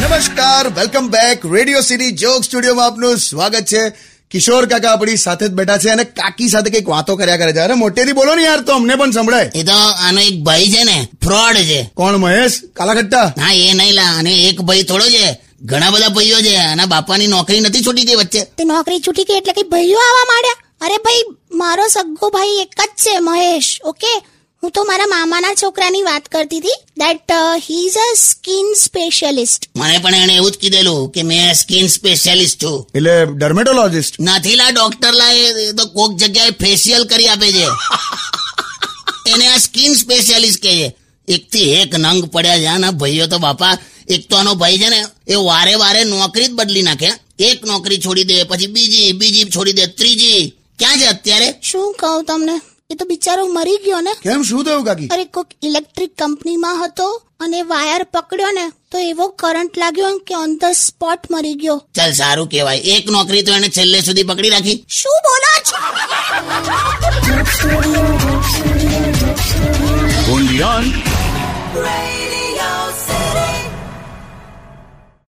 નમસ્કાર welcome back radio city joke સ્ટુડિયોમાં આપનું સ્વાગત છે કિશોર કાકા આપણી સાથે જ બેઠા છે અને કાકી સાથે કંઈક વાતો કર્યા કરે છે અરે મોટેથી બોલો ને યાર તો અમને પણ સંભળાય એ તો આનો એક ભાઈ છે ને ફ્રોડ છે કોણ મહેશ કાલાખટ્ટા હા એ નહીં લા અને એક ભાઈ થોડો છે ઘણા બધા ભાઈઓ છે આના બાપાની નોકરી નથી છૂટી ગઈ વચ્ચે તે નોકરી છૂટી ગઈ એટલે કઈ ભાઈઓ આવવા માંડ્યા અરે ભાઈ મારો સગ્ગો ભાઈ એક જ છે મહેશ ઓકે હું તો મારા મામાના છોકરાની વાત કરતી હતી uh, that he is a skin specialist મને પણ એણે એવું જ કીધેલું કે મેં સ્કિન સ્પેશિયાલિસ્ટ છું એટલે ડર્મેટોલોજિસ્ટ નથી લા ડોક્ટર લા એ તો કોક જગ્યાએ ફેશિયલ કરી આપે છે એને આ સ્કિન સ્પેશિયાલિસ્ટ કહે છે એકથી એક નંગ પડ્યા છે આના ભાઈઓ તો બાપા એક તો આનો ભાઈ છે ને એ વારે વારે નોકરી જ બદલી નાખે એક નોકરી છોડી દે પછી બીજી બીજી છોડી દે ત્રીજી ક્યાં છે અત્યારે શું કહું તમને એ તો બિચારો મરી ગયો ને કેમ શું થયું કાકી અરે કોઈક ઇલેક્ટ્રિક કંપનીમાં હતો અને વાયર પકડ્યો ને તો એવો કરંટ લાગ્યો કે ઓન ધ સ્પોટ મરી ગયો ચાલ સારું કહેવાય એક નોકરી તો એને છેલ્લે સુધી પકડી રાખી શું બોલો છો only on Radio